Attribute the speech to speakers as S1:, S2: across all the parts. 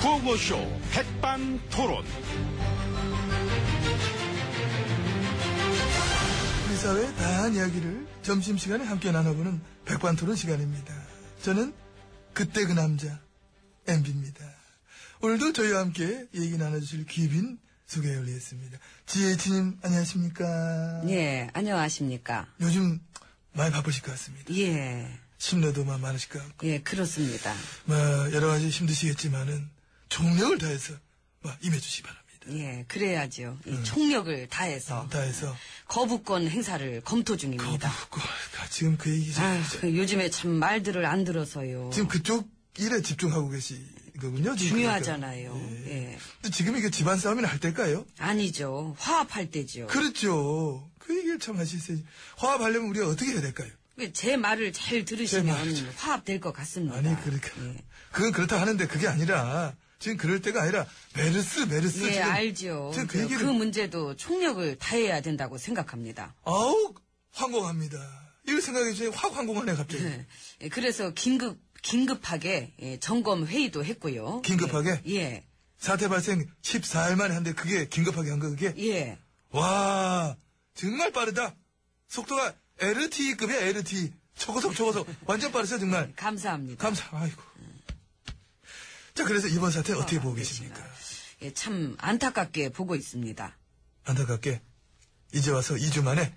S1: 구호쇼 백반토론.
S2: 우리 사회의 다양한 이야기를 점심시간에 함께 나눠보는 백반토론 시간입니다. 저는 그때 그 남자 MB입니다. 오늘도 저희와 함께 얘기 나눠주실 귀빈 소개 올리겠습니다. 지혜진님 안녕하십니까?
S3: 예, 안녕하십니까.
S2: 요즘 많이 바쁘실 것 같습니다.
S3: 예,
S2: 심려도 마- 많으실 것 같고
S3: 예, 그렇습니다.
S2: 뭐 여러 가지 힘드시겠지만은 총력을 다해서 막 임해주시기 바랍니다.
S3: 예, 그래야죠.
S2: 음.
S3: 이 총력을 다해서
S2: 다해서
S3: 거부권 행사를 검토 중입니다.
S2: 음, 네. 거부고 지금 그 얘기죠.
S3: 아, 요즘에 참 말들을 안 들어서요.
S2: 지금 그쪽 일에 집중하고 계시거든요. 지금
S3: 중요하잖아요.
S2: 그러니까. 예.
S3: 예.
S2: 근데 지금 이게 집안 싸움이나 할 때일까요?
S3: 아니죠. 화합할 때죠.
S2: 그렇죠. 그 얘기를 참 하시세요. 화합하려면 우리가 어떻게 해야 될까요?
S3: 제 말을 잘 들으시면
S2: 말을 잘-
S3: 화합될 것 같습니다.
S2: 아니, 그러니까.
S3: 예.
S2: 그건 그렇다 하는데 그게 아니라 지금 그럴 때가 아니라 메르스, 메르스.
S3: 예,
S2: 지금
S3: 알죠.
S2: 지금 그
S3: 그,
S2: 얘기를.
S3: 그 문제도 총력을 다해야 된다고 생각합니다.
S2: 아우, 황공합니다. 이걸 생각해 주세요. 확 황공하네, 갑자기.
S3: 예. 예, 그래서 긴급, 긴급하게 예, 점검 회의도 했고요.
S2: 긴급하게?
S3: 예. 예.
S2: 사태 발생 14일 만에 한데 그게 긴급하게 한 거, 그게?
S3: 예.
S2: 와, 정말 빠르다. 속도가 LTE급이야, LTE. 초고속, 초고속. 완전 빠르죠, 정말.
S3: 감사합니다.
S2: 감사, 아이고. 자, 그래서 이번 사태 어떻게 보고 계십니까?
S3: 예, 참 안타깝게 보고 있습니다.
S2: 안타깝게, 이제 와서 2주 만에,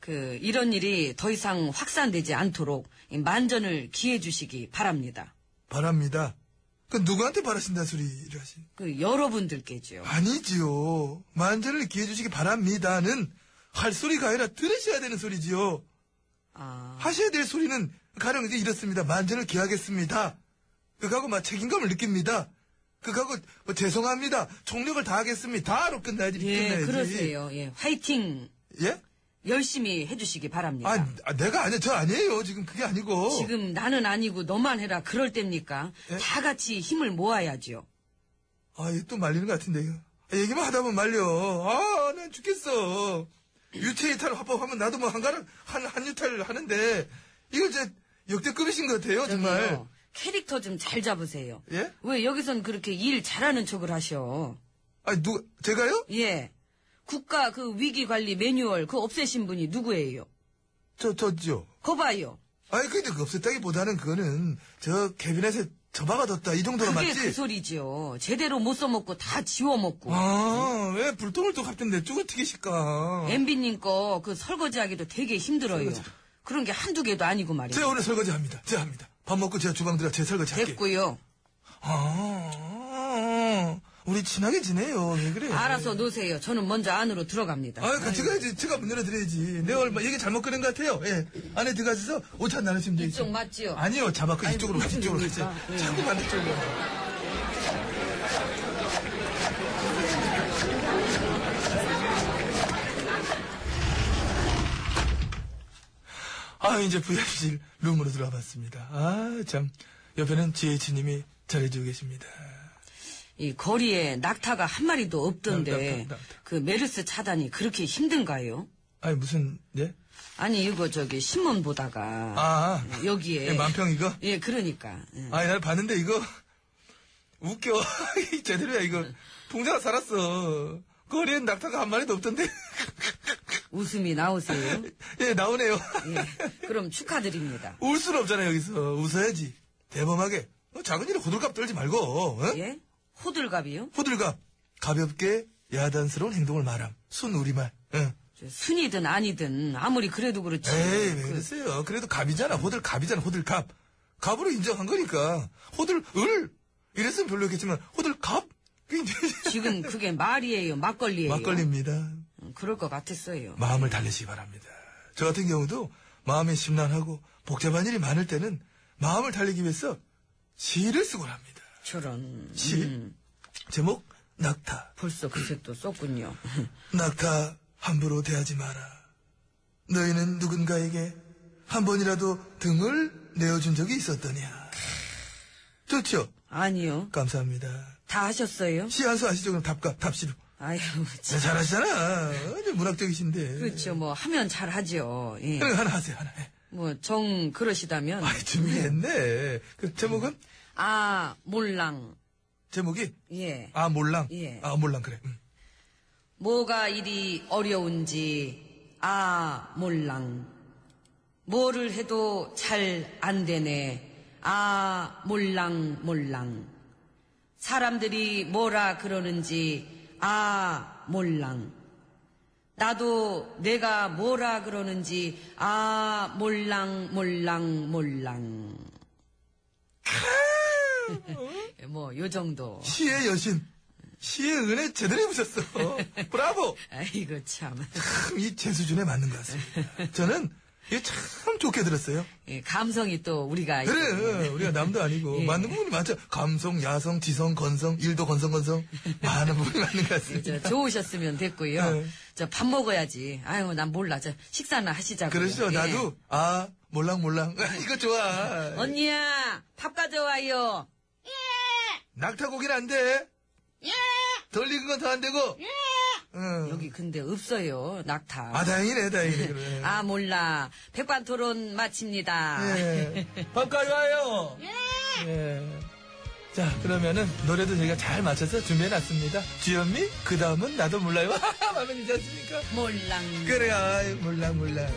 S3: 그 이런 일이 더 이상 확산되지 않도록 이 만전을 기해 주시기 바랍니다.
S2: 바랍니다. 그, 누구한테 바라신다 소리를 하시
S3: 그 여러분들께지요.
S2: 아니지요. 만전을 기해주시기 바랍니다는 할 소리가 아니라 들으셔야 되는 소리지요.
S3: 아,
S2: 하셔야 될 소리는 가령 이제 이렇습니다. 만전을 기하겠습니다. 그거하고 막 책임감을 느낍니다. 그거하고 뭐 죄송합니다. 총력을 다하겠습니다.로 끝나야지.
S3: 예,
S2: 끝나야지.
S3: 그러세요. 예, 화이팅
S2: 예?
S3: 열심히 해주시기 바랍니다.
S2: 아, 아, 내가 아니야. 저 아니에요. 지금 그게 아니고.
S3: 지금 나는 아니고 너만 해라 그럴 때입니까?
S2: 예?
S3: 다 같이 힘을 모아야지요.
S2: 아, 얘 또 말리는 것 같은데요. 아, 얘기만 하다 보면 말려. 아, 난 죽겠어. 유체이탈 화법하면 나도 뭐 한가락, 한, 한유탈 하는데, 이거 이제 역대급이신 것 같아요, 정말.
S3: 저기요, 캐릭터 좀 잘 잡으세요.
S2: 예?
S3: 왜 여기선 그렇게 일 잘하는 척을 하셔?
S2: 아니, 누가, 제가요?
S3: 예. 국가 그 위기 관리 매뉴얼 그 없애신 분이 누구예요?
S2: 저, 저죠.
S3: 거봐요.
S2: 아니, 근데 그 없앴다기보다는 그거는 저 캐비넷에 접어가뒀다. 이 정도가
S3: 그게
S2: 맞지?
S3: 그 소리죠. 제대로 못 써먹고 다 지워먹고.
S2: 아, 왜 불똥을 또 갑자기 내쪽을 튀기실까?
S3: 엠비님 거 그 설거지하기도 되게 힘들어요.
S2: 설거지.
S3: 그런 게 한두 개도 아니고 말이에요.
S2: 제가 오늘 설거지 합니다. 제가 합니다. 밥 먹고 제가 주방 들어 제 설거지 할게요.
S3: 됐고요.
S2: 아, 우리 친하게 지내요. 왜 그래요?
S3: 알아서 놓으세요. 저는 먼저 안으로 들어갑니다.
S2: 아, 같이 가야지. 제가 문 열어드려야지. 내가 얼마, 얘기 잘못 끊은 것 같아요. 예. 안에 들어가셔서 오찬 나누시면 되죠.
S3: 이쪽 맞지요?
S2: 아니요, 잡아. 그 이쪽으로,
S3: 무슨
S2: 이쪽으로. 이제.
S3: 일입니까? 예.
S2: 자꾸 반대쪽으로. 아, 이제 VIP실 룸으로 들어와 봤습니다. 아, 참. 옆에는 GH님이 잘해주고 계십니다.
S3: 이 거리에 낙타가 한 마리도 없던데
S2: 낙타, 낙타.
S3: 그 메르스 차단이 그렇게 힘든가요?
S2: 아니, 무슨, 예?
S3: 아니 이거 저기 신문 보다가
S2: 아,
S3: 여기에
S2: 예, 만평 이거?
S3: 예 그러니까 예.
S2: 아니, 날 봤는데 이거 웃겨. 제대로야 이거. 동자가 살았어. 거리엔 낙타가 한 마리도 없던데.
S3: 웃음이 나오세요.
S2: 예, 나오네요.
S3: 예, 그럼 축하드립니다.
S2: 울 수는 없잖아요, 여기서. 웃어야지. 대범하게. 어, 작은 일에 호들갑 떨지 말고. 어?
S3: 예? 호들갑이요?
S2: 호들갑. 가볍게 야단스러운 행동을 말함. 순 우리말. 어. 응.
S3: 저 순이든 아니든 아무리 그래도 그렇지.
S2: 에이, 왜
S3: 그
S2: 그러세요. 그래도 갑이잖아. 호들갑이잖아. 호들갑. 갑으로 인정한 거니까. 호들을. 이랬으면 별로겠지만 호들갑? 그게 이제
S3: 지금 그게 말이에요, 막걸리예요.
S2: 막걸리입니다.
S3: 음, 그럴 것 같았어요.
S2: 마음을 달래시기 바랍니다. 저 같은 경우도 마음이 심란하고 복잡한 일이 많을 때는 마음을 달리기 위해서 시를 쓰곤 합니다.
S3: 저런 음,
S2: 시 제목 낙타
S3: 벌써 그새 또 썼군요.
S2: 낙타 함부로 대하지 마라. 너희는 누군가에게 한 번이라도 등을 내어준 적이 있었더냐. 좋죠?
S3: 아니요,
S2: 감사합니다.
S3: 다 하셨어요.
S2: 시 한 수 아시죠? 그럼 답값, 답시로.
S3: 아유,
S2: 네,
S3: 참.
S2: 잘하시잖아. 아주 문학적이신데.
S3: 그렇죠. 뭐 하면 잘 하죠. 예.
S2: 그럼 하나 하세요, 하나. 예. 아,
S3: 뭐 정 그러시다면
S2: 아이, 준비했네. 그 제목은
S3: 아 몰랑
S2: 제목이
S3: 예.
S2: 아 몰랑.
S3: 예.
S2: 아 몰랑 그래. 음.
S3: 뭐가 이리 어려운지 아 몰랑 뭐를 해도 잘 안 되네 아 몰랑 몰랑 사람들이 뭐라 그러는지 아 몰랑 나도 내가 뭐라 그러는지 아 몰랑 몰랑 몰랑 뭐 요 정도
S2: 시의 여신. 시의 은혜 제대로 입으셨어. 브라보.
S3: 아이고 참
S2: 참이 제 수준에 맞는 것 같습니다. 저는 이게 참 좋게 들었어요.
S3: 예, 감성이 또 우리가 있거든요.
S2: 그래, 우리가 남도 아니고.
S3: 예.
S2: 맞는 부분이 많죠. 감성, 야성, 지성, 건성, 일도 건성, 건성. 많은 부분이 맞는 것
S3: 저,
S2: 같습니다.
S3: 좋으셨으면 됐고요.
S2: 네.
S3: 저 밥 먹어야지. 아유, 난 몰라. 저 식사나 예. 하시자고.
S2: 그러시죠. 나도, 아, 몰랑, 몰랑. 이거 좋아.
S3: 언니야, 밥 가져와요.
S2: 낙타고기는 안 돼.
S3: 예!
S2: 덜 익은 건 더 안 되고. 응.
S3: 여기 근데 없어요. 낙타.
S2: 아, 다행이네, 다행이네. 그래.
S3: 아, 몰라. 백반 토론 마칩니다.
S1: 네.
S2: 예. 밥 가져와요. 예. 자, 그러면은 노래도 저희가 잘 맞춰서 준비해놨습니다. 주현미, 그 다음은 나도 몰라요. 마음에 들지 않습니까?
S3: 몰랑.
S2: 그래, 아이, 몰라, 몰라.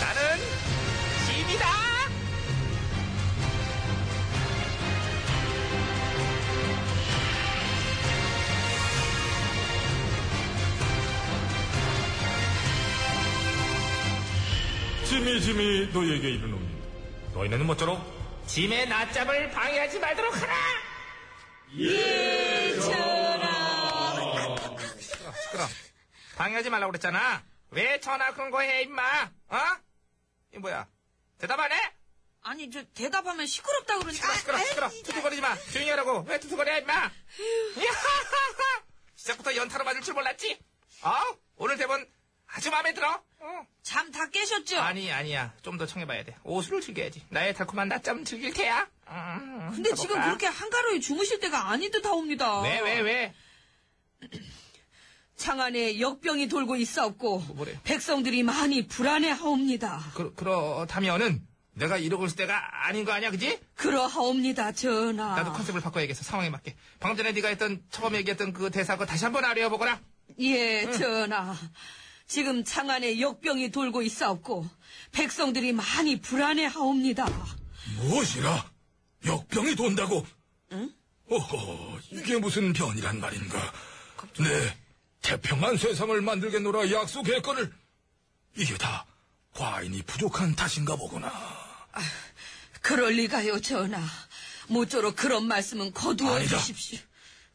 S1: 나는 짐이다.
S4: 짐이 짐이 너에게 이르노니 너희는 모쪼록
S1: 짐의 낮잠을 방해하지 말도록 하라. 시끄러. 방해하지 말라고 그랬잖아. 왜 전화 그런 거 해, 임마? 어? 이 뭐야? 대답 안 해?
S3: 아니, 저 대답하면 시끄럽다 그러니까.
S1: 시끄러, 시끄러, 시끄러. 투투거리지 마. 조용히 하라고. 왜 투투거려, 임마? 야하하하. 시작부터 연타로 맞을 줄 몰랐지? 어? 오늘 대본 아주 마음에 들어. 어.
S3: 잠 다 깨셨죠?
S1: 아니 아니야 좀 더 청해봐야 돼 오수를 즐겨야지 나의 달콤한 낮잠 즐길 테야 음,
S3: 근데 지금
S1: 가볼까?
S3: 그렇게 한가로이 주무실 때가 아니듯하옵니다.
S1: 왜 왜, 왜?
S3: 창안에 역병이 돌고 있사옵고
S1: 뭐래요?
S3: 백성들이 많이 불안해하옵니다.
S1: 그, 그렇다면은 내가 이러고 있을 때가 아닌 거 아니야 그지?
S3: 그러하옵니다, 전하.
S1: 나도 컨셉을 바꿔야겠어 상황에 맞게 방금 전에 네가 했던 처음 얘기했던 그 대사 그거 다시 한번 아려보거라
S3: 예, 전하. 지금 창안에 역병이 돌고 있사옵고 백성들이 많이 불안해하옵니다.
S4: 무엇이라 역병이 돈다고 어허 이게 무슨 변이란 말인가 네 태평한 세상을 만들겠노라 약속했거늘 이게 다 과인이 부족한 탓인가 보구나
S3: 그럴 리가요, 전하. 모쪼록 그런 말씀은 거두어
S4: 아니다.
S3: 주십시오.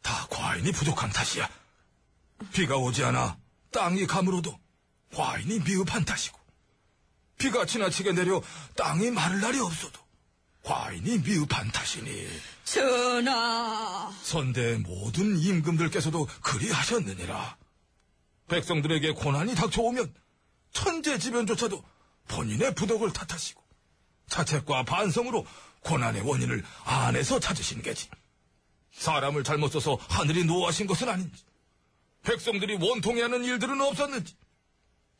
S4: 다 과인이 부족한 탓이야 비가 오지 않아 땅이 가물어도 과인이 미흡한 탓이고 비가 지나치게 내려 땅이 마를 날이 없어도 과인이 미흡한 탓이니
S3: 전하.
S4: 선대 모든 임금들께서도 그리하셨느니라. 백성들에게 고난이 닥쳐오면 천재지변조차도 본인의 부덕을 탓하시고 자책과 반성으로 고난의 원인을 안에서 찾으신 게지. 사람을 잘못 써서 하늘이 노하신 것은 아닌지, 백성들이 원통해 하는 일들은 없었는지,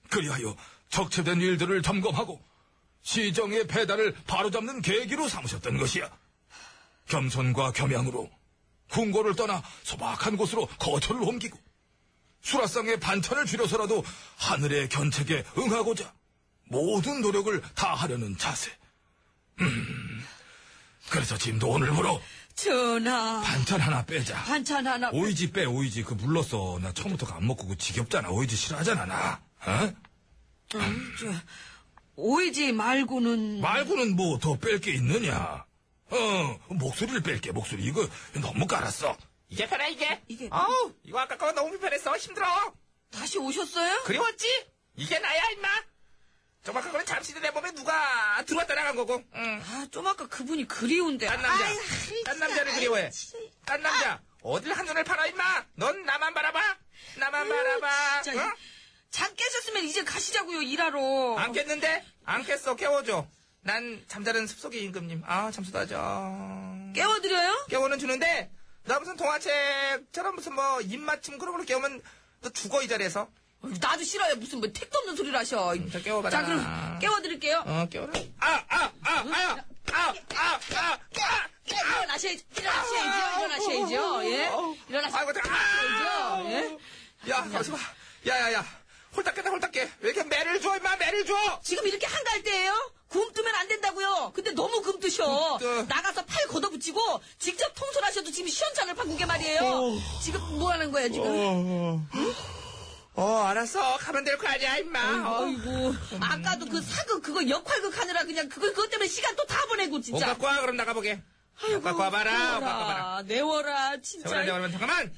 S4: 그리하여 적체된 일들을 점검하고 시정의 배달을 바로잡는 계기로 삼으셨던 것이야. 겸손과 겸양으로 궁궐을 떠나 소박한 곳으로 거처를 옮기고 수라상의 반찬을 줄여서라도 하늘의 견책에 응하고자 모든 노력을 다하려는 자세. 음, 그래서 지금도 오늘부로
S3: 전하.
S4: 반찬 하나 빼자.
S3: 반찬 하나.
S4: 오이지 빼 오이지 그 물렀어. 나 처음부터 그거 안 먹고 그 지겹잖아. 오이지 싫어하잖아 나. 어?
S3: 오이지 말고는.
S4: 말고는 뭐 더 뺄 게 있느냐? 어 목소리를 뺄게 목소리 이거 너무 깔았어.
S1: 이게 편해 이게
S3: 이게-
S1: 아우 이거 아까 거 너무 불편했어 힘들어
S3: 다시 오셨어요?
S1: 그리웠지? 이게 나야 임마 정확한 거는 잠시 내 몸에 누가 들어왔다 나간 거고 음.
S3: 아, 좀 아까 그분이 그리운데.
S1: 딴 남자 딴 남자를 그리워해 딴 남자 어딜 한눈을 팔아 임마 넌 나만 바라봐 나만 바라봐
S3: 진짜.
S1: 어?
S3: 잠 깨셨으면 이제 가시자고요 일하러.
S1: 안 깼는데? 안 깼어. 깨워줘. 난 잠자는 습속의 임금님. 아, 잠수다죠.
S3: 깨워드려요?
S1: 깨워는 주는데, 나 무슨 동화책처럼 무슨 뭐, 입맞춤 그런 걸로 깨우면 너 죽어, 이 자리에서.
S3: 나도 싫어요. 무슨 뭐 택도 없는 소리를 하셔.
S1: 자, 깨워봐라.
S3: 자 그럼 깨워드릴게요.
S1: 어, 깨워라. 아, 아, 아, 아야! 아, 아, 아, 아!
S3: 일어나셔야죠. 일어나셔야죠. 일어나셔야죠. 예.
S1: 아이고,
S3: 일어나셔야죠.
S1: 어떡해. 아!
S3: 예.
S1: 야, 가지마. 야, 야, 야. 홀딱 깼다, 홀딱 깨. 왜 이렇게 매를 줘, 임마, 매를 줘!
S3: 지금 이렇게 한다 할 때예요? 굼뜨면 안 된다고요. 근데 너무 굼뜨셔.
S1: 굼뜨.
S3: 나가서 팔 걷어붙이고 직접 통솔하셔도 지금 시원찮을 판국에 말이에요. 지금 뭐 하는 거야 지금?
S2: 어,
S1: 어, 알았어. 가면 될 거 아니야, 임마. 어.
S3: 아이고 아까도 그 사극 그거 역할극 하느라 그냥 그거 그것 때문에 시간 또 다 보내고
S1: 옷
S3: 진짜.
S1: 갖고 와, 그럼 나가보게. 옷 갖고 와봐라, 옷 갖고 와봐라.
S3: 내워라, 내워라
S1: 세월아,
S3: 진짜.
S1: 세월아, 잠깐만!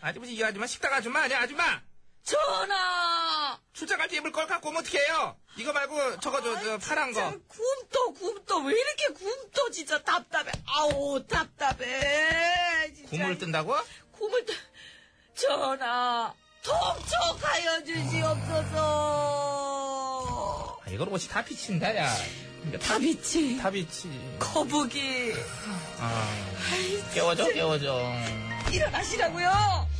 S1: 아주머니, 이 아줌마, 식당 아줌마 아니야, 아줌마!
S3: 전하.
S1: 출장 갈때 입을 걸 갖고 오면 어떡해요? 이거 말고, 저거, 저, 저, 파란 거.
S3: 굼떠 굼떠 왜 이렇게 굼떠 진짜 답답해. 아우 답답해. 진짜.
S1: 국물 뜬다고?
S3: 곰을 떠... 전하 통촉하여 주시옵소서
S1: 아, 이건 옷이 다 비친다, 야. 이거 다,
S3: 다비치
S1: 다 비치.
S3: 거북이
S1: 아. 깨워줘, 깨워줘.
S3: 일어나시라고요